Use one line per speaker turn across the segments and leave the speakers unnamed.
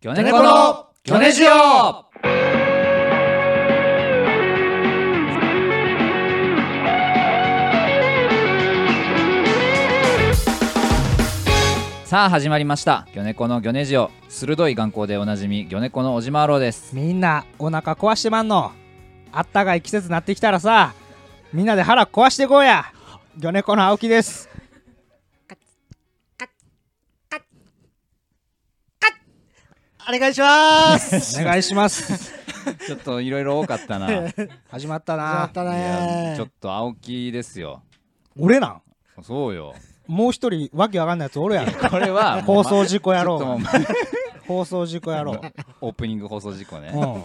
去年この去年しようさあ始まりました「ギョネコのギョネジオ」鋭い眼光でおなじみギョネコの小島郎です
みんなお腹壊してまんのあったかい季節になってきたらさみんなで腹壊してこうや魚猫の青木です
お願いします。
お願いします
ちょっといろいろ多か ったない
始まった
やっ
な
た
や
ね
ちょっと青木ですよ
俺なん
そうよ
もう一人わけわかんないやつおるやん
これはもう
放送事故
ま
や
ちょ
ろ
っともう
う
ま
放送事故やろ
オープニング放送事故
う、う
ね
ん、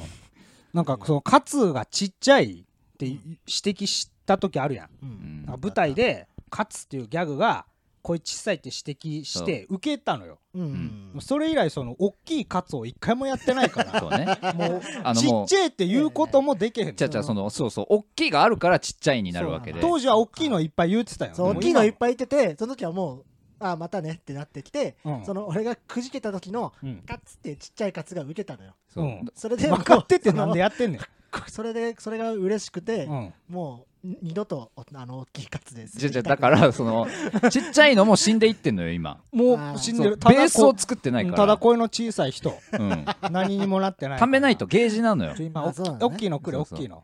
なんかそのカツがちっちゃいって指摘した時あるやん
う
うんん
なんか舞台で「カツ」っていうギャグが声小さいって指摘して受けたのよ
うん。
それ以来その大きいカツを一回もやってないから
そうね
もう
あの
ち
も
っ
う
ちゃいって言うこともできへん
ちゃちゃそのそうそう大きいがあるからちっちゃいになるわけで
当時は大きいのいっぱい言ってたよ
そう大きいのいっぱいいてて、その時はもう、ああ、またねってなってきて、
うん
その俺がくじけた時の、
うん
カツってちっちゃいカツが受けたのよ。
そう
うん
それで、
分かってて
も
な
うん
でやってんねん
そ のそれで、それが嬉しくて、
うん
もう、二度と、あの、大きいカツです。
じゃじゃだか、らそ のちっちゃいのも死んでいってんのよ今
もう死んで
そう
る
ベース
こ
を作ってないから
ただ声の小さい人
うん
何にもなってない
ためないとゲージなのよ
ちょ、今おっき
あそうなんだ
大
ね
きいのくれ
そ
大
うそう
きいの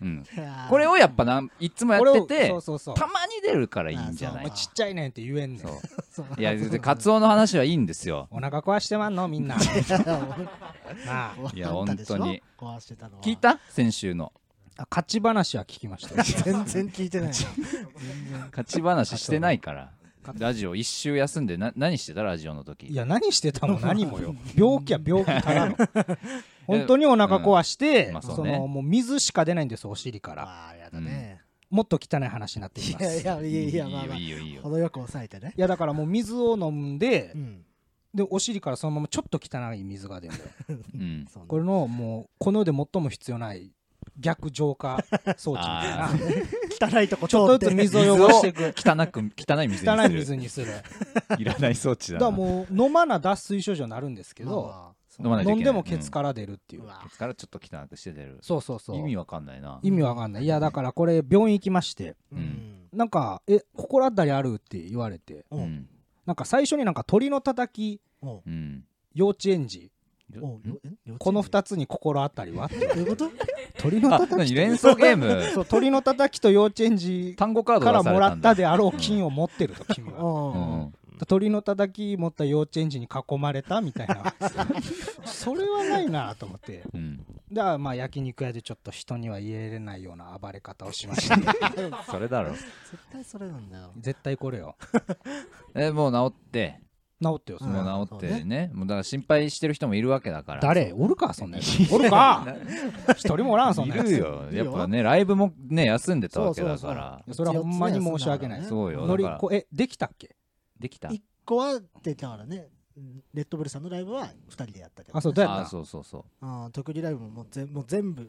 うん、こ
こ
れをやっぱないつもやってて
そうそうそう
たまに出るからいいんじゃ
お
な
前
い
ちっちゃいねんって言えんねん
そう
そう
いやでカツオの話はいいんですよ
お腹壊してまんの みんななあ
いや本当に。
壊してたのは
聞いた先週の
あ勝ち話は聞きました
全然聞いてない。
勝ち話してないから
カ
ラジオ一周休んでな何してたラジオの時
いや何し てたも何もよ病気は病気たらの本当にお腹壊して、
うんまあそう
そ
ね
のもう水しか出ないんですお尻から
ああ、やだね。
もっと汚い話になって
い
きます。
やいや、いやいや、まあまあ
いいよいいよいいよ
程よく抑えてね
い。やだからもう水を飲んで、
うん。
でお尻からそのままちょっと汚い水が出るのよ
うん
そんな
これのもうこの世で最も必要ない逆浄化装置みたいな
あ
汚いとこ
ちょっとずつ水を汚していく
汚く汚い水
汚
にす
い水
る
にするだか
いらない装置だ
ら
な
もう飲まな脱水症状になるんですけど
まあ
飲まないとい
飲ん
け
で
ない
もケツから出るっていう
うわ
ケツからちょっと汚くして出る
そうそうそう
意味わかんないな
意味わかんないいやだからこれ病院行きまして
う
う
ん
ん
なんか「え心当たりある?」って言われて
おう
うん
なんか最初になんか鳥のたたき
おう
うん
幼稚園児
おうよえ幼稚園
この2つに心当たりはって
どういうこと
鳥の
あ
たた
何
き
連想ゲーム
そう鳥のたたきと幼稚園児
単語カード
か
出
ら
され
もら
た
っ
ん
た
だ
であろう金を持ってると君は
おう
鳥のたたき持った幼稚園児に囲まれたみたいなそれはないなと思って
うんうん
だからまあ焼肉屋でちょっと人には言えれないような暴れ方をしました
それだろ
絶対それなんだよ
絶対これよ
えもう治って
治ってよそれは
もう治っ
うんそう
て
ね
ねもうだから心配してる人もいるわけだから
誰おるかそんなやつおるか一人もおらんそん
い
なやつ
るよやっぱねライブもね休んでたわけだから
それはほんまに申し訳ない
そう
そうよ
乗
だ
り
から
こえできたっけ
できた
一個は出たからねレッドブルさんのライブは2人でやったけどね
あそうどうやった
あそうそうそう
あー特技ライブももう全もう全部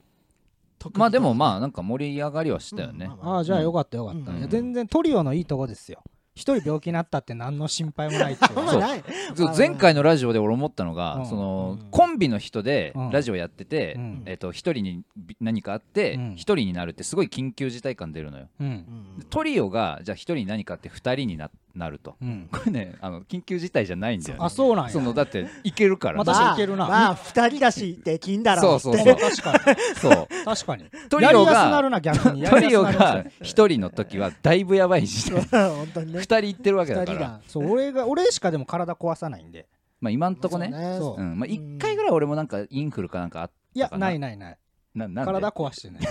特技
まあでもまあなんか盛り上がりはしたよ
う
ね
んま
ああじゃあよかったよかった、
うん
いや全然トリオのいいとこですよ一人病気になったって何の心配もないっていう
まあない
そう
あー
前回のラジオで俺思ったの
う
が
ん
その
うん
コンビの人で
うん
ラジオやってて
うん
えっと一人にび何かあって
うん
一人になるってすごい緊急事態感出るのよ
うん
うん
でトリオがじゃあ一人に何かあって二人にななると
うん
これねあの緊急事態じゃないんだよね
あそうなんや
そのだっていけるから
また
そう
私いけるな
まあ2人だしできんだろ
そうそう
っ
そ
て
う
確かに
そう
確かに
トリオ
やりやすなる
が
な逆にや
ト
りや
リ
す
オ
なるな
が一人の時はだいぶやばいし
本当に
二
ね
人行ってるわけ
2
だか
人
ら
が
そう俺が俺しかでも体壊さないんで
まあ今んとこね
そう
うんまあ一回ぐらい俺もなんかインフルかなんかあっ
いや
だから
ないないない
ななんで
体壊してない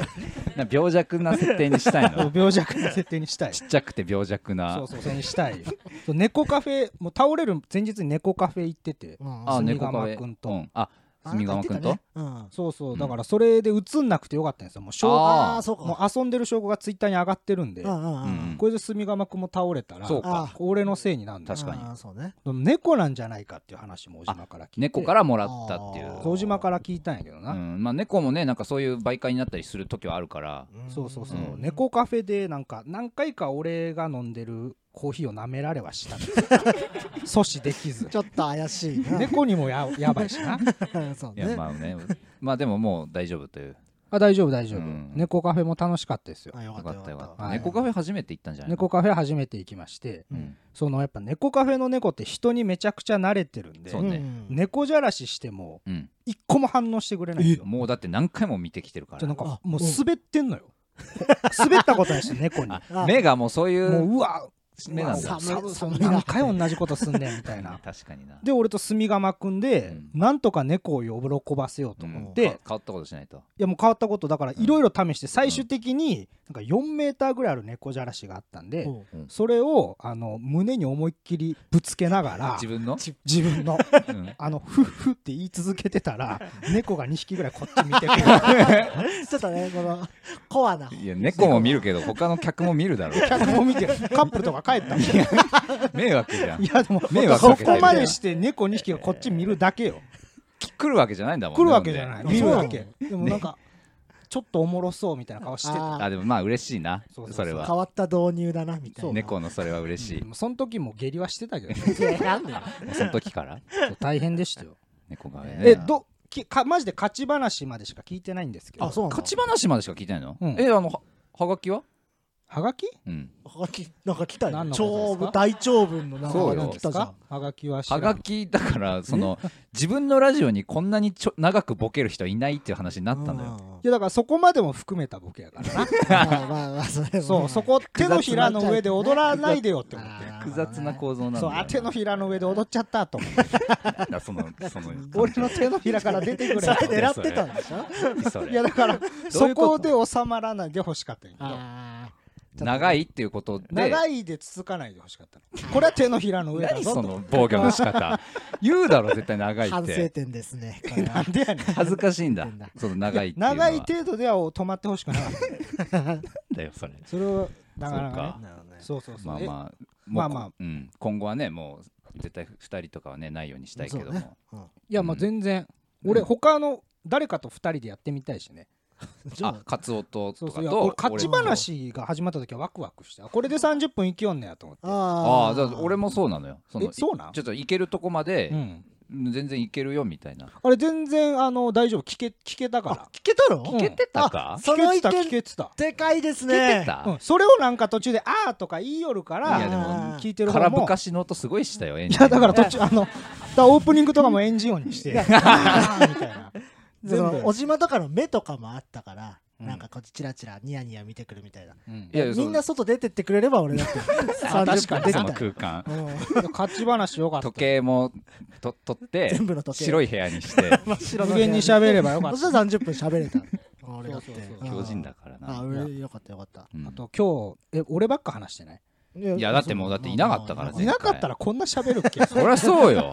な病弱な設定にしたい の
病弱な設定に したい
ちっちゃくて病弱
そ
な
うそうそれにしたいそう猫カフェもう倒れる前日に猫カフェ行ってて
うん
あ
そう
猫カフ
炭竈君
ェ
と
うんあ住川君と
あ
そうそううんだからそれで映んなくてよかったんですよもう証拠
あ
あ
ー
ーそうか
もう遊んでる証拠がツイッターに上がってるんで
うんうんう
うん
ん
これで住川君も倒れたら
そうか
あ
俺のせいになるんだ
確かに
あーそうね
でも猫なんじゃないかっていう話も小島から聞いて
猫からもらったってい
あ
う
ー
小島から聞いたんやけど
う
な、
んまあ猫もねなんかそういう媒介になったりする時はあるから
そうそうそう、
うん
猫カフェでなんか何回か俺が飲んでるコーヒーを舐められは した。阻止できず。
ちょっと怪しいな。
猫にも ややばいしな。
そう
いや
ね。
まあね まあでももう大丈夫という
あ大丈夫大丈夫、
うん
猫カフェも楽しかったですよ。
あ、よか
よ
っ
か
た
ったよ
よ
か
か
っ
ったた。
猫カフェ初めて行ったんじゃないの
猫カフェ初めて行きまして、
うん
そのやっぱ猫カフェの猫って人にめちゃくちゃ慣れてるんで
そ、うね
ん
猫じゃらししても
うん
一個も反応してくれないんですよ。
もうだって何回も見てきてるか
じゃあなん
ら
か
あ
もう
うん
滑ってんのよ。滑ったことないし猫に。
あ
目がもうそうい
も
う
ううわ
目なんだ
寒い
さ
寒い
何回同じことすんねんみた いな。
確かにな
で俺と炭釜くんで、
うん
なんとか猫を喜ばせようと思っ
う
て、
ん
い
か変わったことしないと
やもう変わったことだからいろいろ試して最終的になんか4メーターぐらいある猫じゃらしがあったんで、
うん
それをあの胸に思いっきりぶつけながら
自 分の
自分の
うん
あのフッフッって言い続けてたら猫が2匹ぐらいこっち見てくる
ちょっとね、このコアな。
いや猫も見るけど他の客も見るだ ろう
客も見てるカップルとか帰ったもんい
迷惑じゃん
やでも
迷惑
そ
かけてる
こまでして猫2匹がこっち見るだけよ
来るわけじゃないんだもん
来るわけじゃないい
なん
見
で
るだけ
そ
でもなんかちょっとおもろそうみたいな顔してた
あー
あでもまあ嬉しいな
そうそうそ
そうれ
変
は
わった導入だな、みたいな。
猫のそれは嬉しい
でもその時も下痢はしてたけどね
いや。なんだ
もうその時から
大変でしたよ
猫がね
えどきかマジで勝ち話までしか聞いてないんですけど
あ、そうなんだ
勝。ち話までしか聞いてないの
うん
えあのははがきは
はがき
うん
はがきなんか来たよ、
何
ね。
の
長
方です
文
か
大長文のなんか
そうよ
なんか来たじゃん。
はがきは知ら
は
ん
がきだからその自分のラジオにこんなにちょ長くボケる人いないっていう話になったんだよ
よ
い。やだからそこまでも含めたボケやからな
まあまあまあ、それもね
そうそ。こ手のひらの上で踊らないでよって思って
複雑な構造なんだ
そう
よ
あ手のひらの上で踊っちゃったと思って
なんだそのその
俺の手のひらから出てくれ
そ
よ
れ狙ってたんでしょ
そ
いや
れ
だから
どうい
そう
こと
こで収まらないでほしかったんやけど
あーちょっと
長いっていうことで
長いでつつかないでほしかったのこれは手のひらの上だ
何
ぞ
そ
と
の防御の仕方 言うだろ絶対長いっ
反省
て
点ですね。これは
なんでやねん
恥ずかしいんだ
反省点
その長いっていうのは
長い程度では止まってほしくなか った
だよそれ
それをなかなかね
なるほどね
そうそうそう
まあ
え
まあも
まあ
う
まあ
うん今後はねもう絶対二人とかはねないようにしたいけど
そうね
も
うん
いやまあ
うん
全然俺
うん
他の誰かと2人でやってみたいしね
じゃ
あ
あ
カツオと
そ
と
うそ
か
ういやこれ
と
勝ち話が始まった時はワクワクしたこれで30分生きよんねやと思って
あ
あ
あだから俺
も
もそうなのよその
えそうなん
ちょっと行けるとこまで、
うん
全然行けるよみたいな
あれ全然あの大丈夫聞け聞けたから
聞けたの
聞
行けてたか
あ、その
聞けて
意
た
見
聞けてた、
でかいです
行け
ね
て。た、
うん、それをなんか途中で「あー」とか言いよるか
いやで
ら
も
あー
聞いてる
空
方
ぶ
も
かしの音すごいしたよい
いやだから途中あのだからオープニングとかもエンジン音に して「あーみたいな
そ
全
の
部
小、島とかの目とかもあったから、
うん
なんかこっちチラチラニヤニヤ見てくるみたいな。
うん
いやいやそう
みんな外出てってくれれば俺だ って
あ確かに
30分でき
そ
た
の
よ。
空間
うん
勝ち話よかった
時計もと取って
全部の時計。
白
い。
い部屋にして
無限
無限に喋ればよか
そ
っ
した
た
ら30分喋れた。俺だっ
そ
て
うそう。そう
強人だから
あ。
な、
あ、俺よかったよかった。
うん
あと今日え俺ばっか話してない
い
いやだってもうだっていなかったから
い
ね
なかったらこんな喋るっけ い
そりゃそう よ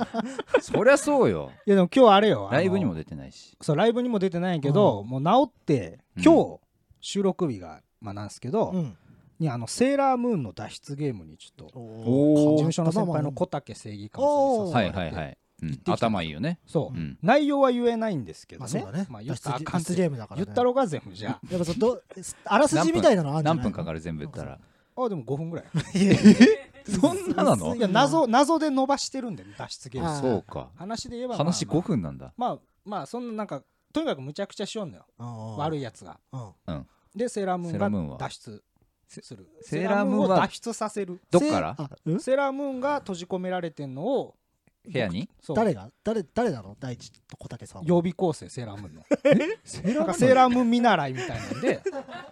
そりゃそうよ
やでも今日あれよあの
ライブにも出てないし
そうライブにも出てないけど、
う
もう治って
うん
今日収録日が、まあ、なんですけど、
うん。
にあのセーラームーンの脱出ゲームにちょっと
ー
事
お
務所の先輩の
こ
小竹正義感さんに誘わ
は
れ
い
て、
はいはい、うん
行ってきた
頭いいよね
そう、
うん
内容は言えないんですけど
まあ
ね,、
そうだね。
まあ、言
脱
ったらあ
出
かんっ
脱出
て
ゲームだから
言
ね。
ったろが全部じゃ
やっぱそどあらすじみたいなのあんじゃな
何
い
分かかる全部言ったら
ああでも5分ぐらい
そんななの
いや謎謎で伸ばしてるんで脱出ゲーム
あー
そうか
話で言えば、まあまあ
話5分なんだ
まあまあそんななんかとにかくむちゃくちゃしよんのよ、悪
悪い。
いやつが
うん
でセーラームー
セーラームーン
ン
は
が脱出する
セーラームーンは
セを脱出させる
どっから
せあうん
セーラームーンが閉じ込められてんのを
部屋に
そう
誰が誰誰なの大地と小竹さんは
予備構成セーラームー ンのなんかセーラームーン見習いみたいなんで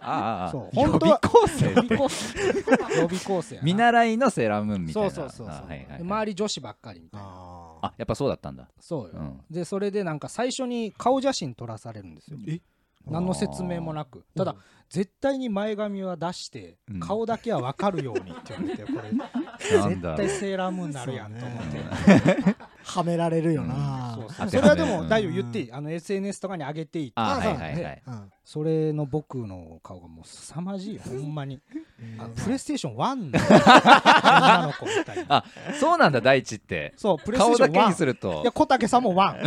ああああ
そう
予
本当
備
は
構
予
成
備構成予備構成や な
見習いのセーラームーンみたいな
そうそうそうそう
あはいはいはい
で周り女子ばっかりみたいな
あー
あやっぱそうだったんだ
そうよ、
うん
でそれでなんか最初に顔写真撮らされるんですよ何の説明もなくただ絶対に前髪は出して
うん
顔だけは分かるようにって言われてこれ
なんだ
絶対セーラームーンになるやんと思って
はめられるよな
そう
あ
そうそれはでも大丈夫言っていいあの SNS とかに上げていいって
あ
あ
はいはいはい
うん
それの僕の顔がもう凄 まじいよほんまにあのプレイ
ス
ステーション1の女の子みたいな
あそうなんだ大地って
そうプレイステ
顔
ーショ
だ
ン
けに
1
する
いや
と
小竹さん もワン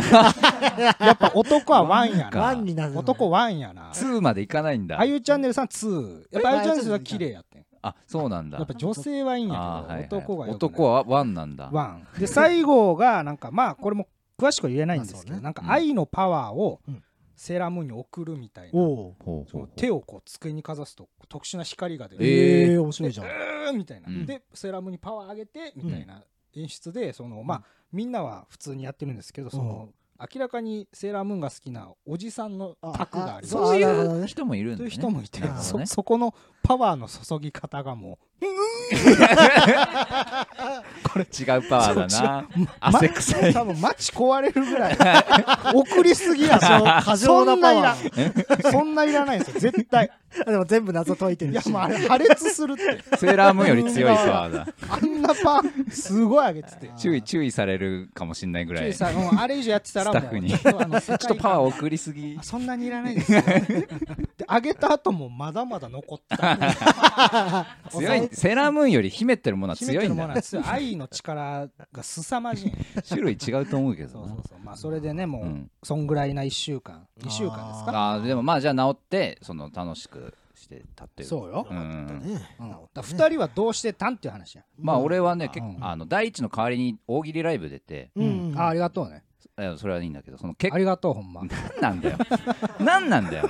やっぱ男はワンや
か
な
ワンになるの
男ワンやな
2までいかないんだ
あゆチャンネルさん2やっぱあゆチャンネルさんは綺麗やってん
あそうなんだ
やっぱ女性はいいんや
あー
けど男がよくない
男はワンなんだ
ワンで最後がなんかまあこれも詳しくは言えないんですけ
まあ
ど
そうね
なんか愛のパワーを
うん
セーラームーンに送るみたいな
おお。
ほうほ
そ
うほ
の
う
手をこう机にかざすと特殊な光が出
え
る
ー
ええ、面白 いじゃん。
うーんみたいな
うん
でセーラームーンにパワー上げてみたいな演出でそのまあみんなは普通にやってるんですけどその明らかにセーラームーンが好きなおじさんの卓があります
そうい
あなるほど
う
ね
人もいるんだ、
とい
ね、
う人もいて、
なるほど
そ
ね
そこのパワーの注ぎ方がも
違うパワーだな
う、
汗臭い
多分マチ壊れる ぐらい送りすぎやそ
過剰なパワー。
うそんないらないんですよ絶対
あでも全部謎解いて
い
る
や
し。
もうあれ破裂するって
セーラームーンより強いパワーだ
あんなパンすごい上げてて
注意注意されるかもしれないぐら
注
いち
意
ょ
さうんあれ以上やってたらも
ス
う
タッフに
ちょっとあの世
っと
界
パワー
観
送りすぎ
あそんなにいらないですよで上げた後もまだまだ残ってた
強 いセーラームーンより秘めてるものは
秘め
強
て
い
る
ん
も
だ
のは強い愛の力が凄まじい
種類違うと思うけ
そ
ど
う
な
そうそうまあそれでねもう、
うん
そんぐらいな1週間2週間ですか
あーでもまあじゃあ治ってその楽しくして立ってる
そうよ、
う
だ
ん
ね
うんだから2人はどうしてたんっていう話や、
まあ俺はね
ん
結構
うん
あの第一の代わりに大喜利ライブ出て
うん。
あありがとうね
えそれはいいんだけどその結
ありがとうほんま
なん だよ。なんなんだよ。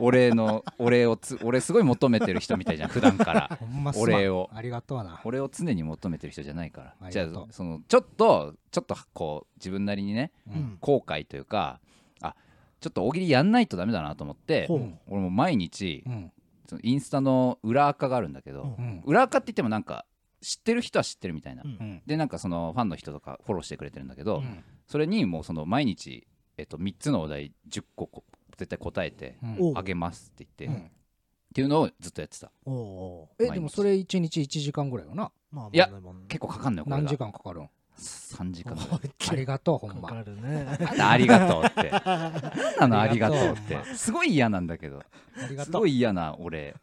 俺の、俺をつ、俺すごい求めてる人みたいじゃん、普段から。
ほんますま
お
ん
礼を
ありがとうな
俺を常に求めてる人じゃないから。
あり
じゃ
がとう
あ、その、ちょっと、ちょっと、こう、自分なりにね、
う
うんん。
後悔というか、あ、ちょっと大喜利やんないとダメだなと思って、
ほう
俺も毎日
う、ん
そのインスタの裏垢があるんだけど、
う
う
ん
ん
裏垢って言ってもなんか、知ってる人は知ってるみたいな。
うん
で、なんかその、ファンの人とかフォローしてくれてるんだけど、
うん
それにもうその、毎日、えっと、3つのお題10個こ、絶対答えて、
うん
おう
あげますって言っ
う
て、っ
ん
ていうのをずっとやってた
おお。
えでもそれ1日1時間ぐらいよな
まあまあ
いや
まあまあ
結構かかんのよこれが
何時間かかるん
3時間ぐら い
思いっき
あ
り
りがとうほん
か
ま
かるね。
なんだありがとうってなんなのあ
あ
り
り
が
が
と
と
う
う
ってすごい嫌なんだけど
ありが
す
とう
ごい嫌な俺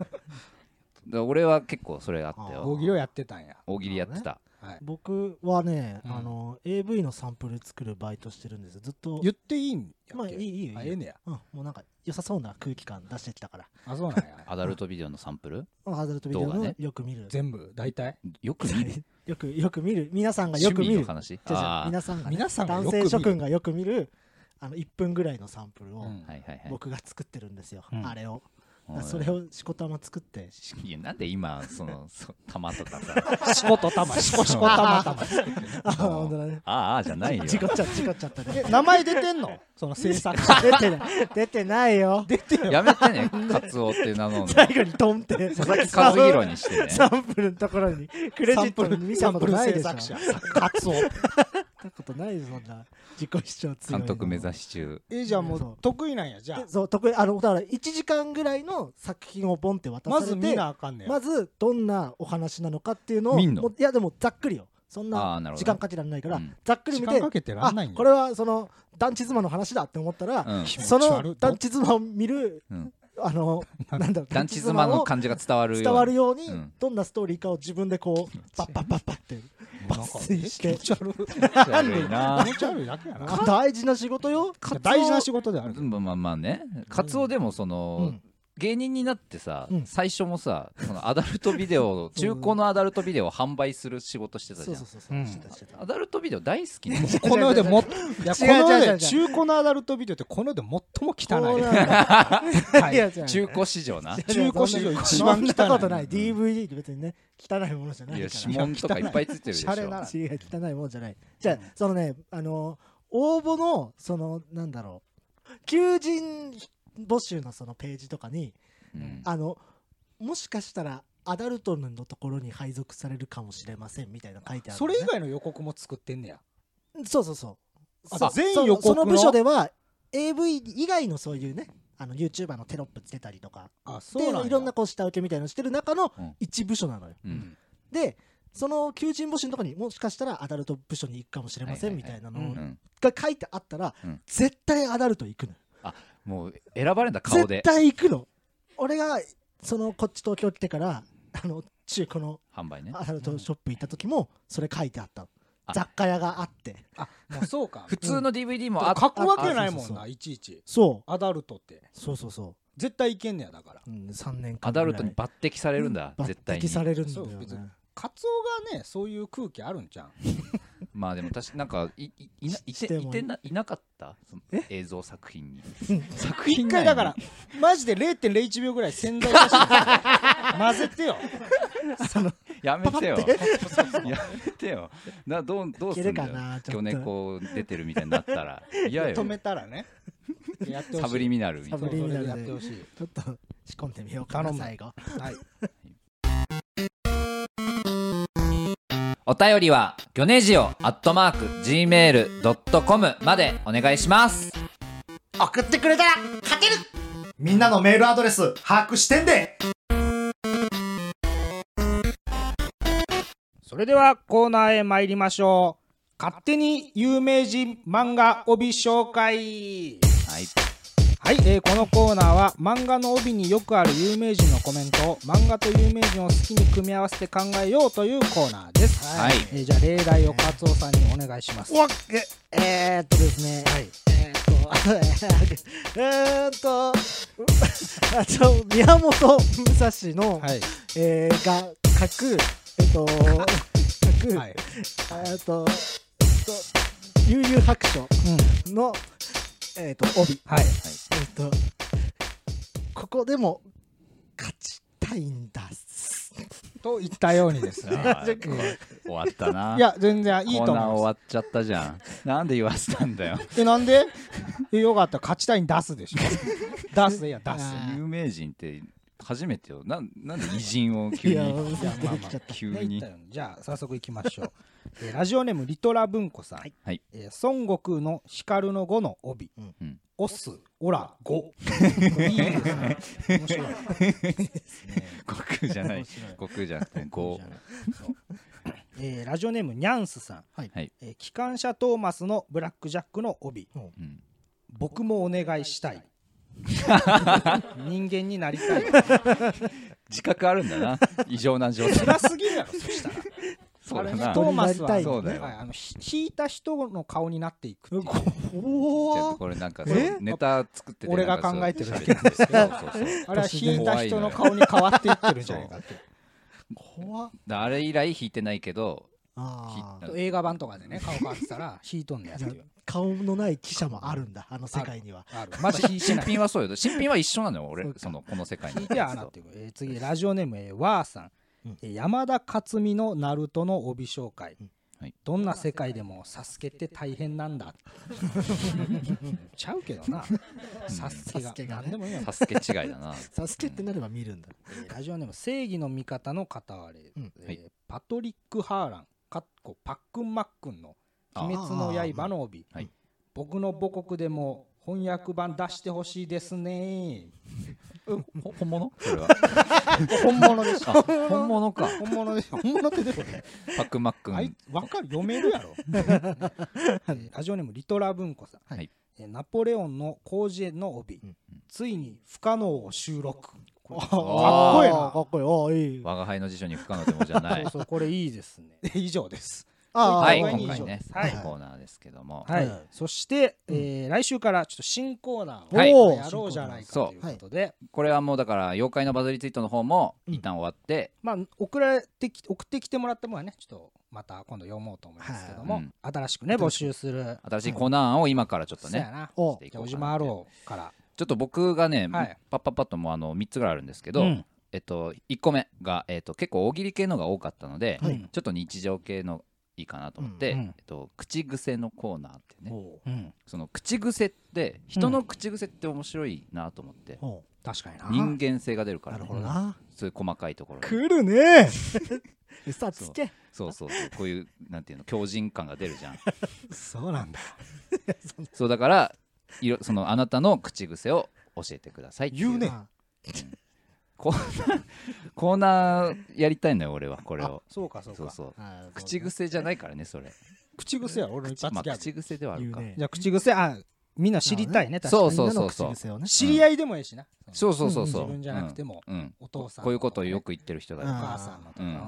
だ俺は結構それがあった
あー
よ
大喜利をやってたんや
大喜利やってた
はい
僕はね、
うん
あの AV のサンプル作るバイトしてるんですよずっと
言っていいんやっけ
まあいいいいよ
あ
いい
ええ
よ
ねや
うん、もうなんか良さそうな空気感出してきたから
あそうなんや
アダルトビデオのサンプル
うんアダルトビデオ
動画
の
ね
よく見る、
全部大体
よく見る
よくよく見る皆さんが よ
趣
く
味
見る
の話
違う違う
あー
皆さんが、ね、
皆さんがよ
男
く
性諸君
が
がよく見るあの1分ぐらいのサンプルを
うん
はいはいはい
僕が作ってるんですよ、
うん
あれを、
おい
それをしこたま作って
いやなんで今そのそ 玉とかさ
しことたましこしこたまたま作って
ああ本当だね
あーあーじゃないよ
事故っちゃった事故っちゃった
え
ね
名前出てんのその制作
出てない出て ないよ
出てよ
やめて ねカツオって名乗るの
最後にドンって 佐
佐々木和弘に してね
サンプルのところにクレジットに見たことないでしょ見
カツオ
たことないでしょそんな自己主張強い
監督目指し中
えじゃあも
そう
う得意なんやじゃあ
でそう特にあのだから1時間ぐらいの作品をボンって渡
ま
され
ず
て
見なあかんねや
まずどんなお話なのかっていうのを
見んの
もういやでもざっくりよそん
あーな
な
るほどね
時間かけられないから、
うん
ざっくり
時
見
間
て
かけてら
あ
んないんだ
これはその団地妻の話だって思ったら、
うん
気持ち
そ
悪
の
い
団地妻を見る
うん
あのなんだろ う
団地妻の
を
感じが伝わるように
伝わるように、
うん
どんなストーリーかを自分でこうパッパッパッパッって
なんか
抜粋して
え気持ち悪い
気持ち悪いな
気持ち悪いだけやな
あ大事な仕事
い
よ
や大事な仕事である
まあまあまあねカツオでもその、
うん
芸人になってさ、
うん
最初もさそのアダルトビデ オ中古のアダルトビデオを販売する仕事してたじ
そ
ゃん
うそうそうそう、
うん
してたしてた
アダルトビデオ大好きね
この世でもっいやこの
違う違う
世
違う違う
で中古のアダルトビデオってこの世で最も汚
そう
い
な
は
ん だ
い
いや違う
中古市場 な
中古市場一番汚い
そんなことない DVD って別にね汚いものじゃない
いや
か
指紋とかいっぱいついてるでしょ
シャレな
ら違う汚いものじゃないじゃあそのねあの応募のそのなんだろう求人募集のそのページとかに
うん
あのもしかしたらアダルトのところに配属されるかもしれませんみたいな書いてある
そ
のね、
れ以外の予告も作ってんねや
そうそうそう
あ
そう
全
そ
予
の
告
そ
の
の部署では AV 以外のそういうねあの YouTuber のテロップつけたりとか
あそう
で
なんや
いろんなこう下請けみたいなのしてる中の
うん
一部署なのよ、
う
うんん
でその求人募集のとこにもしかしたらアダルト部署に行くかもしれません
はい
み
はいは
た
い
いな
う
の
ん
が書いてあったら、
うん
絶対アダルト行くのよ
もう選ばれた顔で
絶対行くの俺がそのこっち東京来てからあの中古の
販売ね
アダルトショップ行った時もそれ書いてあったの
あ
雑貨屋があって
あもう そうか
普通の DVD もあっ
書くわけないもん
あそうそうそ
ないちいち
そう
アダルトって
そうそうそう
絶対いけんねやだから
うん、3年間
アダルトに抜擢されるんだ、
抜
絶対に
擢されるんだよ
そう別に
ね
カツオがねそういう空気あるんじゃん
まあでも確かなんかいいいない
してて
い
も
てないなかったその
え
映像作品に
うん
作
一
品内
回
に
だからマジで0.01秒ぐらい洗剤出 して混ぜてよ
やめてよ
パパっ
やめてよなどうどう
い
す
け
ん
る
だ
か
よ
なちょ
今
っ
日
と
猫出てるみたいになったら嫌
止
よ
めたらねやってほしい
サブリミナルみたい
サ
な
ブリミナルで
そうそれでやってほしい
ちょっと仕込んでみようかな
頼む
最後
はい
お便りはギョネジオアットマーク Gmail.com までお願いします
送ってくれたら勝てるみんなのメールアドレス把握してんで
それではコーナーへ参りましょう勝手に有名人漫画帯紹介
はい
はい、えーこのコーナーは漫画の帯によくある有名人のコメントを漫画と有名人を好きに組み合わせて考えようというコーナーです、
はい
えーじゃあ例題をカツオさんにお願いします
おっええー、っとですね、はい、えー、っとえーっとうあちょ宮本武蔵の、
はい
えー、が書くえっと書く、
はい、
えーっとえっと悠々白書
うん、
のえー、っと帯
はい
えっと、ここでも勝ちたいんだっす。
と言ったようにですね
あー終わったない
や全然いい
コ
と
ーナー
思い
終
ま
わっちゃったじゃんなんで言わせたんだよ
すえなんでえよかった勝ちたいに出すでしょ出すいや出す
あー
有名人って初めてよなんなんで偉人を急
いや、
に
出てきちゃった。
急
ね言っ
に
たよねじゃあ早速いきましょう、えーラジオネームリトラ文庫さん、
はい
えー孫悟空の光の語の帯、
うん
うん
オスオラゴ
いいですね。面白い。
悟空じゃない
面白い
悟空じゃなくてゴ
えーラジオネームニャンスさん、
はい
はい
えー機関車トーマスのブラックジャックの帯
ーうん
僕もお願いしたい人間になりたい
自覚あるんだな異常な状態
辛すぎるやろそしたら
そうだ
あれ
な
ト
ちょ
ーマスは
なり
たいよね
はいあのひ引いた人の顔になっていくっていう
っ
お
と
お。
これなんか
え
そうネタ作ってて
俺が
なんかそう
考えてるだけ
喋って
ですけど
そうそうそう
あれは引いた人の顔に変わっていってるんじゃないかって
怖っ。
だあれ以来弾いてないけど
ああ
ひ。
映画版とかでね顔変わってたら引いとんねやっていう
顔のない記者もあるんだ、あの世界には。
ある
ま
まだ
ず
引いて
新
ない
品はそうよ新品は一緒なのよ
そ
俺
うか
そのこの世界
引
に
いてはなっていく、えー次ラジオネーム、えー、わーさん、
うん
えー山田勝美のナルトの帯紹介、
うん
はい
どんな世界でもサスケって大変なんだちゃうけどなサスケ
サ
が
スケがね
何でもいいやん
サスケ違いだな
サスケってなれば見るんだ。
えーラジオネーム正義の味方の片割れ、
うん
えー
はい
パトリック・ハーランかっこパックン・マックンの「鬼滅の刃」の帯、
はい
僕の母国でも翻訳版出してほしいですね
ほ本物それは
本物でし
あ
ょ
本物か
本物でし ょ本物って出てこない
パックンマック
あい
ン
わかる読めるやろ、えーラジオネームリトラ文庫さん、
はい
えーナポレオンの広辞苑の帯、
うん
ついに不可能を収録これ
かっ
こ
いいな
かっこいい。おーいい。
我が輩の辞書に不可能でもじゃない
そうそうこれいいですね 以上です
あ
はい
ー
これ
今回ね
はい
コーナーですけども
はい、
はい
そして、えー来週からちょっと新コーナ
はい
ーをやろうじゃないか
そう
ということで、
これはもうだから妖怪のバズりツイートの方も
うん
一旦終わって
まあ送られてき送ってきてもらったものはねちょっとまた今度読もうと思いますけども、
はいうん
新しくね募集する
新しいコーナー案を今からちょっと
そうや
ね
な
お
してい
じゃ
こう
あお
か
じ
な
まろうから
ちょっと僕がね
はい
パッパッパッともうあの3つぐらいあるんですけど
うん
えっと1個目がえっと結構大喜利系のが多かったので
はい
ちょっと日常系のいいかなと思って
うんうん
えっと口癖のコーナーっていうね
お
うん
その口癖って人の口癖って面白いなと思って
ーお
確かにな
人間性が出るか
ー。な
ら
る
ね
ほどな。
そういう細かいところに
来 るね。サスケ。
そうそうそうこういうなんていうの強靭感が出るじゃん
そうなんだ。
そうだからいろそのあなたの口癖を教えてくださいっていう
言うね。
コーナーコーナーやりたいのよ俺はこれを
そうかそうか
そうそう
あー
口。癖じゃないからねそれ
口癖やろ俺の一
ま
発
あ
ギャ
口
グ
癖ではあ
言
る
う
か
ね
じ。ゃあ口癖あみんな知りたいね確かに
そうそうそうそう
みんなの口癖をね
知り合いでもいいしな
そうそうそうそう
自分じゃなくても
うんうん
お父さん
こういうことをよく言ってる人がいる
お
か
母さんのとか
うん
うん
ら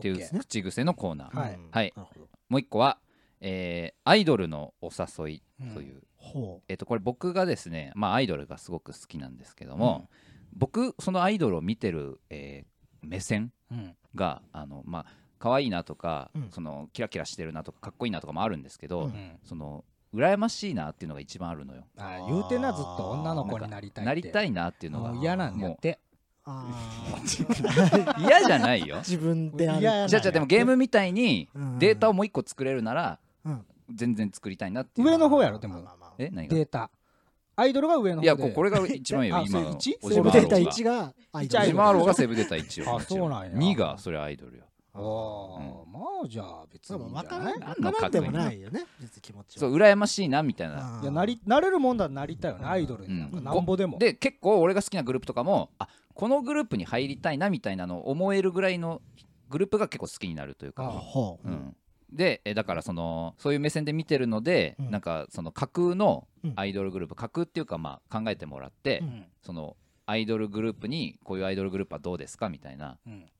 ってい
オッケ
う
ー
口癖のコーナー
はい
うん
はい
なるほど
もう一個はえーアイドルのお誘い
うん
という、
ほ
えっとこれ僕がですね、まあ、アイドルがすごく好きなんですけども、僕そのアイドルを見てる、えー目線
うん
があのまあ可愛いなとか、
うん
そのキラキラしてるなとかかっこいいなとかもあるんですけど、
う
うん
その羨ましいなっていうのが一番あるのよ。
あー言うてなずっと女の子になりたいって
なりた
い
いなっていうのが
もう嫌なんだって
うあ ー
もう嫌じゃない よ。
自分であ
いや
る
じゃあじゃあでもゲームみたいに
うん
データをもう一個作れるなら
うん
全然作りたいなっていう
上の方やろでも
まあまあまあ
え何が
データアイドルが上の方
い
で
やここれが一 番いいよ
あ
今
そう
の
一
オ
セ
ジ
ーブ
マ
デ
ー
ータ
ロが
1がアイド
オ
一
ル
ジマーロがセーブデータ1よ
あそうなんや
2がそれアイドルよ
あーまあじゃあ別
そう
にいいん
も分
じ
か
ゃ
ら
ない
ん
な
分
んの
からんでも
確認
ないよね別に気持ち
そ
は
う羨ましいなみたいな
あー
いやなりなれるもんだらなりたいよね
うん
アイドルになんかなんぼでも
で結構俺が好きなグループとかもあこのグループに入りたいなみたいなのを思えるぐらいのグループが結構好きになるというか
ほう
うん、でえだからそのそういう目線で見てるので、
うん
なんかその架空の
うん
アイドルグループ、架空っていうかまあ考えてもらって、
うん
そのアイドルグループにこういうアイドルグループはどうですかみたいな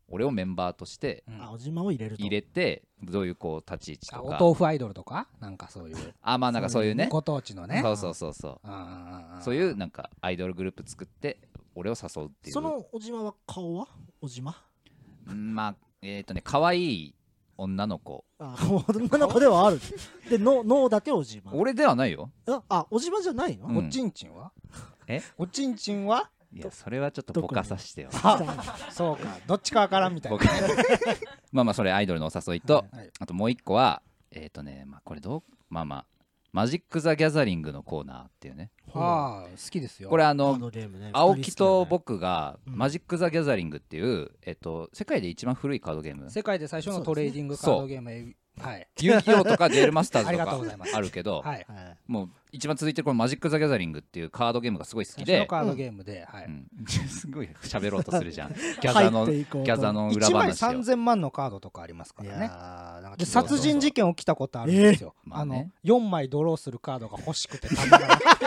俺をメンバーとして
あおじまを入れると
入れてどういうこう立ち位置
あ
と
お
か
豆腐アイドルとかなんかそういう
あ まあなんかそういうね
ご当地のね
そうそうそうそ
あー
うそういうなんかアイドルグループ作って俺を誘うっていう
そのおじまは顔はおじま
うんまあえっ、とね可愛い女の子
あ女の子ではあるでの脳だけおじま
俺ではないよ
ああおじまじゃないの、
うん
おちんちんは
え
おちんちんはい
やそれはちょっとぼかさしてよ
そうかどっちかわからんみたいな
僕まあまあそれアイドルのお誘いと、
はい
あともう一個はえっ、とねまあこれどうまあまあマジック・ザ・ギャザリングのコーナーっていうね
ああ好きですよ
これあ
あ
の
のゲームね
青木と僕が
うん
マジック・ザ・ギャザリングっていう、えっと、世界で一番古いカードゲーム
世界で最初のトレーディングカードゲームえびはい
遊戯王とかデュエルマスター
あ
ズ
り
と
がとうございま
か
す
あるけど、
はい
はい
もう一番続いてるこのマジック・ザ・ギャザリングっていうカードゲームがすごい好き
最初の
で、
カードゲームでは
う
い
ん、 すごい喋ろうとするじゃんギャザのギ
ギ
ャザの裏
1枚
話を
3000万のカードとかありますか
いや
らね
ーなんか
で
聞いたこと
殺人事件起きたことあるんですよ、
えー
あ
まあ
の
ね
4枚ドローするカードが欲しくてたまらなく て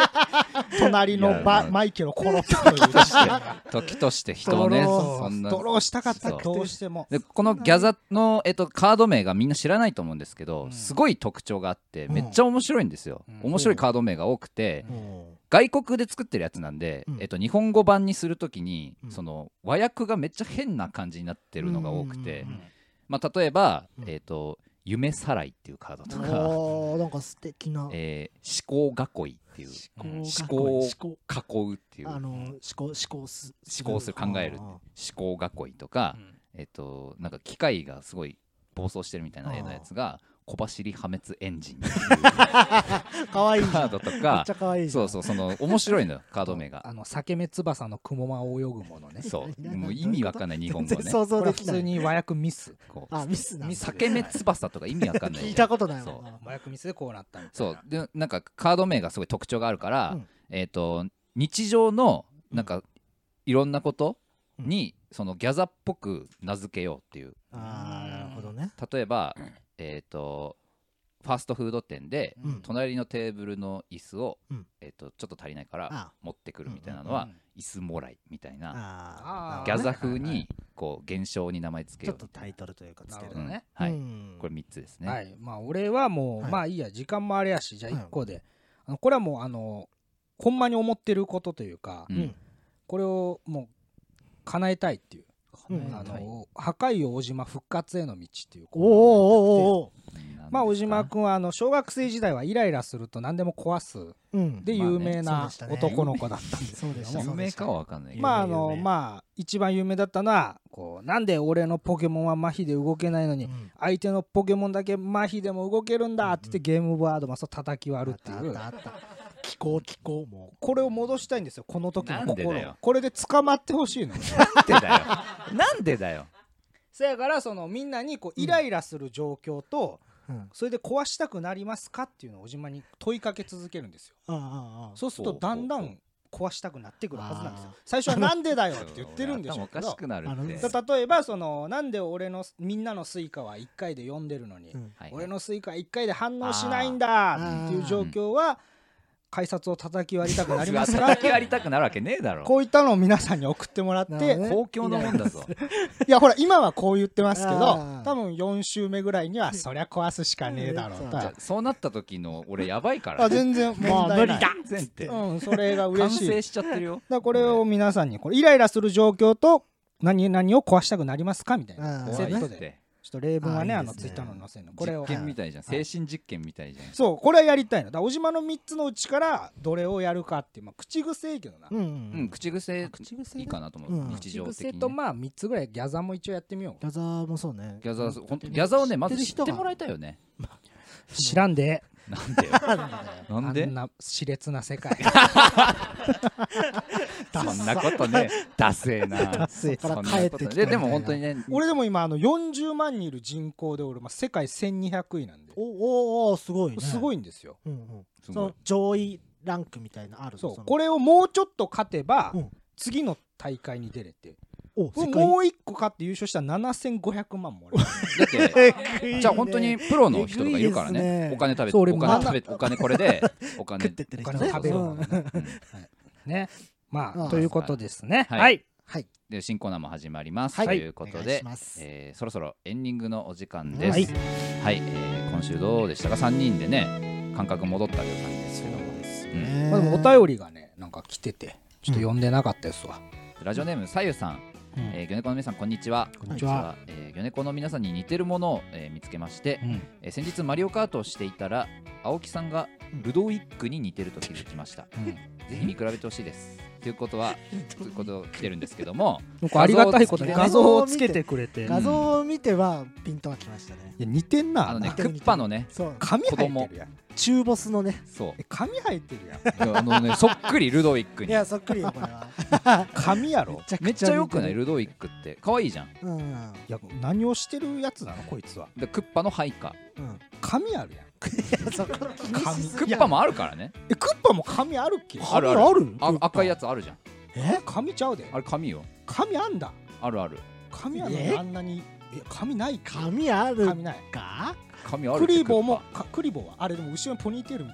隣
いや
の
まあ
バマイケルを殺すという事件が
時として人をね
ドロー
そんな
ドローしたかった
そう
どうしても
でこのギャザの、えっと、カード名がみんな知らないと思うんですけど、
うん
すごい特徴があって
うん
めっちゃ面白いんですよ、
うん
面白いカード名が多くて、
うん
外国で作ってるやつなんで、
うん
えっと、日本語版にするときに、
うん
その和訳がめっちゃ変な感じになってるのが多くて、
うんうんうん
まあ、例えば、
うん
えっと「夢さらい」っていうカードとか
おーなんか素敵な
「 えー思考囲い」っていう
思考
思考
思
囲
考
うっていう
あ
思
の思考思考す
思考する考える考囲いとか、えっと、なんか機械がすごい暴走してるみたいな絵のやつが小走り破滅エンジンっていう
可愛いじゃ
カー
ん
ドと
めっ
か
ちゃ可愛いじゃ
そ
ん
うそうその面白いのよカード名が
あの裂け目翼の雲間を泳ぐものね
そう
何
もう意味わかんない日本語
全
ね
然想
こ
像
れ
で
は
き
普
な
通
い
に和訳ミス
こう
あミスなんだ
ミス
裂け目翼とか意味わかんない
聞
じ
い
ゃ
た
ん
ことないも
そ
ん
う
な
和訳ミスでこうなったみたいな
そうでなんかカード名がすごい特徴があるから、
うん
えっと日常のなんかいろんなことにそのギャザっぽく名付けようっていう
あーなるほどね
例えばえっ、とファストフード店で
うん
隣のテーブルの椅子を、
うん
えっとちょっと足りないから
あ
持ってくるみたいなの
うん
は、椅子もらいみたいな
あー
あ
ギャザ
なるほ
風
はいはいは
にこう現象に名前つけ
どねち
よ
ょっ
う
とタイトルというかつ
な
ける
るほどね
うんはい
うん
これ3つですね、
はいまあ俺はもう、
はい
まあいいや時間もあれやしじゃあ
はい
1個で、あのこれはもうあのほんまに思ってることというか、
う
うんん
これをもう叶えたいっていう
うん
あ
はい
の破壊王小島復活への道っていう
お
コ
ー
ーナーを
なん
やって
おーおーお
てまあ小
ですか
島君はあの小学生時代はイライラすると何でも壊す
ーうん
で有名
まあ
な
ねそうでしたね
男の子だったんです
そうでした
有名かは分かんないけど、
まああ
有
の
名
まあ一番有名だったのはこうなんで俺のポケモンは麻痺で動けないの
う
に
ん
相手のポケモンだけ麻痺でも動けるんだって言ってゲームボーアドバンスを叩き割るっていう
あったあった気候気候も
これを戻したいんですよこの時の
なんでだ
心を
よ
これで捕まってほしいの
なんでだよなんでだよ
せやからそのみんなにこうイライラする状況と
ううん
それで壊したくなりますかっていうのを小島に問いかけ続けるんですよ
あーあーあー
そうするとだんだん壊したくなってくるはずなんですよ
あー
最初はなんでだよって言ってるんでしょう
頭
け
おか
ど
しくなる
あの
って
だ例えばそのなんで俺のみんなのスイカは1回で読んでるのに、
うん
はい
俺のスイカは1回で反応しないんだっていう状況は改札を叩き割りたくなり
す
ま
が
すが
叩き割りたくなるわけねえだろ
こういったのを皆さんに送ってもらっ
なるほ
て
どね
公共のもんだぞ
いやほら今はこう言ってますけ
あ
ど
ー
多分4週目ぐらいにはそりゃ壊すしかねえだろう
うん
と
じゃ
は
あそうなった時の俺やばいから
あ全然問題ない
もう無理だ
全って
うんそれが嬉
完
しい
成しちゃってるよ
だからこれを皆さんにこれイライラする状況と何何を壊したくなりますかみたいな
あー
こう
セ
いうこ
ッ
と
ト
で
で
ちょっと例文はね
あ
あ
ーいいですね
のツイッターのに載せるのこれを
実験みたいじゃん
はい
精神実験みたいじゃん
そうこれはやりたいのだから小島の3つのうちからどれをやるかっていう、まあ、口癖営業な、
うんう
うん
ん
口癖
口癖
いいかなと思
う
うん日常的
口癖
にね
とまあ3つぐらいギャザーも一応やってみよう
ギャザーもそうね
ギャザーほんギャザーをねまず知
知ってる人
っ
が
てもらいたいよね
知らんで
なんでよな ん
あ
で
んな熾烈な世界
そんなことねダセえな
セえ
そんなこと
から帰ってきたみたい
で
な
でも本当にね
俺でも今あの40万人いる人口で俺、まあ、世界1200位なんで
おおおすごいね
すご
い
いんですよ
うんうん
す
そ
ごい
の上位ランクみたいなあるの
そう
の
これをもうちょっと勝てば、
うん
次の大会に出れて
お
これ
世界
もう一個勝って優勝したら7500万もらえる
だってじゃあ本当にプロの人とかいるから
えぐいです
ね
ね
お金食べて
そ
お
う俺
金
学ん
食べてお金これ でお金
食ってってる
お
人
金を食べるのがね
うん
ねまあ
ああ
ということですね
はい
はい
で新コーナーも始まります、
はい
ということ
お願い
で
します
えーそろそろエンディングのお時間ですは
はいい、
えー今週どうでしたか3人でね感覚戻ったという感じですけども
です
うん
まあ、でもお便りがねなんか来ててちょっと読んでなかったですわ、
ラジオネームさゆさん、
うん
えー、魚猫の皆さんこんにちはこ
んに
ちは、えー、魚猫の皆さんに似てるものを、えー見つけまして、
うん
えー先日マリオカートをしていたら青木さんがルドウィックに似てると気づきました、
うん
ぜひ見比べてほしいですということはということ来てるんですけども
なんかありがたいことに画
画
像
像を
を
つ
つ
け
け
て
て
くれて、
画像を見てはピントがきましたね
いや似てんな
あのね
な
クッパのね
そう
髪生えてるやん
中ボスのね
そう
え髪生えてるやん
いやあのねそっくりルドウィック
い
に
やそっくりよこれは
髪やろ
めっちゃよくない
似てる
ルドウィックって可愛いじゃん
うんうん
いや何をしてるやつなのこいつは
でクッパの配下
うん
髪あるやん
いやそこ気にしす
ク
ぎ
ッ
や
パもあるからね
えクッパも髪あるっけ
あるある
ある
あ赤いやつあるじゃん
え髪ちゃうで
あれ髪よ
髪あんだ
あるある
髪あるのに
え
あんなにえ髪ないっけ
髪ある
髪ない
か
髪ある
クリボー
ー
もかクリボーはあれでも後ろにポニーテールみ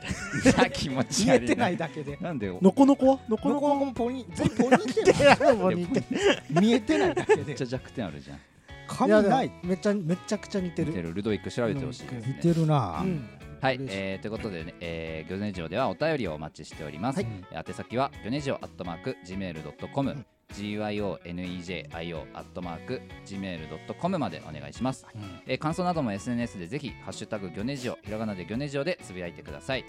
たいな
気持ち
見え
悪い
てないだけで
なんでよ
のこのこはのこ
この
の
子
こ
もポニー全部ポニー テー
も似てる
ル見えてないだけ
め
で
っちゃ弱点あるじゃん
髪
や
ない
めっちゃめちゃくちゃ似て
似て
る
るルドウィック調べてほしいですね
るな
うん
はい
嬉しい
えーということでねえー魚ネジオではお便りをお待ちしております宛先はギョネジオアットマーク Gmail.com、
うん
GYONEJIO アットマーク Gmail.com までお願いします、えー感想なども SNS でぜひ「ハッシュタグギョネジオ」ひらがなでギョネジオでつぶやいてください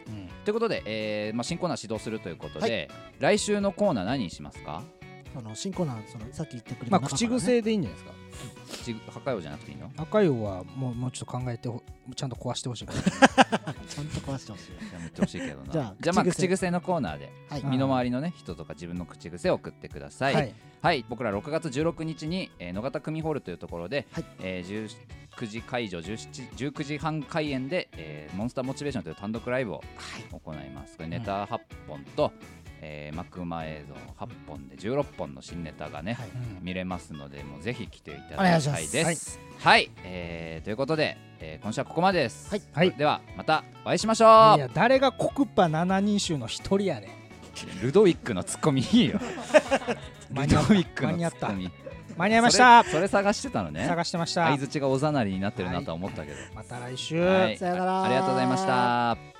ということで、えーまあ、新コーナー始動するということで、来週のコーナー何にしますか
あの新コーナーそのさっき言ってくれ
ま
た
あ口癖でいいんじゃないですか
口破壊王じゃなくていいの
赤い方はもうもうちょっと考えてほちゃんと壊してほしいから
ちゃんと壊してほしい
やめてほしいけどな
じゃあ
まあ
口
口
癖
癖のコーナーで
はい
身の回りのね人とか自分の口癖を送ってください、
はい
はい、僕ら6月16日に、えー野方組ホールというところで、
はい
えー19時会場17 19時半開演で、えーモンスターモチベーションという単独ライブを行います。これネタ8本と、えー、マクマ映像8本で16本の新ネタがね、
はい
見れますので、もうぜひ来ていた
お願
だ
い
き
しま
たい
す
です。はい、えーということで、えー今週はここまでです。
はい
はい
ではまたお会いしましょ
いうや誰がコクッパ7人衆の一人やねん
ルドウィックのツッコミいいよ。
間
ル
に
ドウ
合った
ィックのツッコミ。
間に合いました
それそれ探してたのね
探してました
相づちがおざなりになってるなとは思ったけど、
また来週
はい
さよなら
あありがとうございました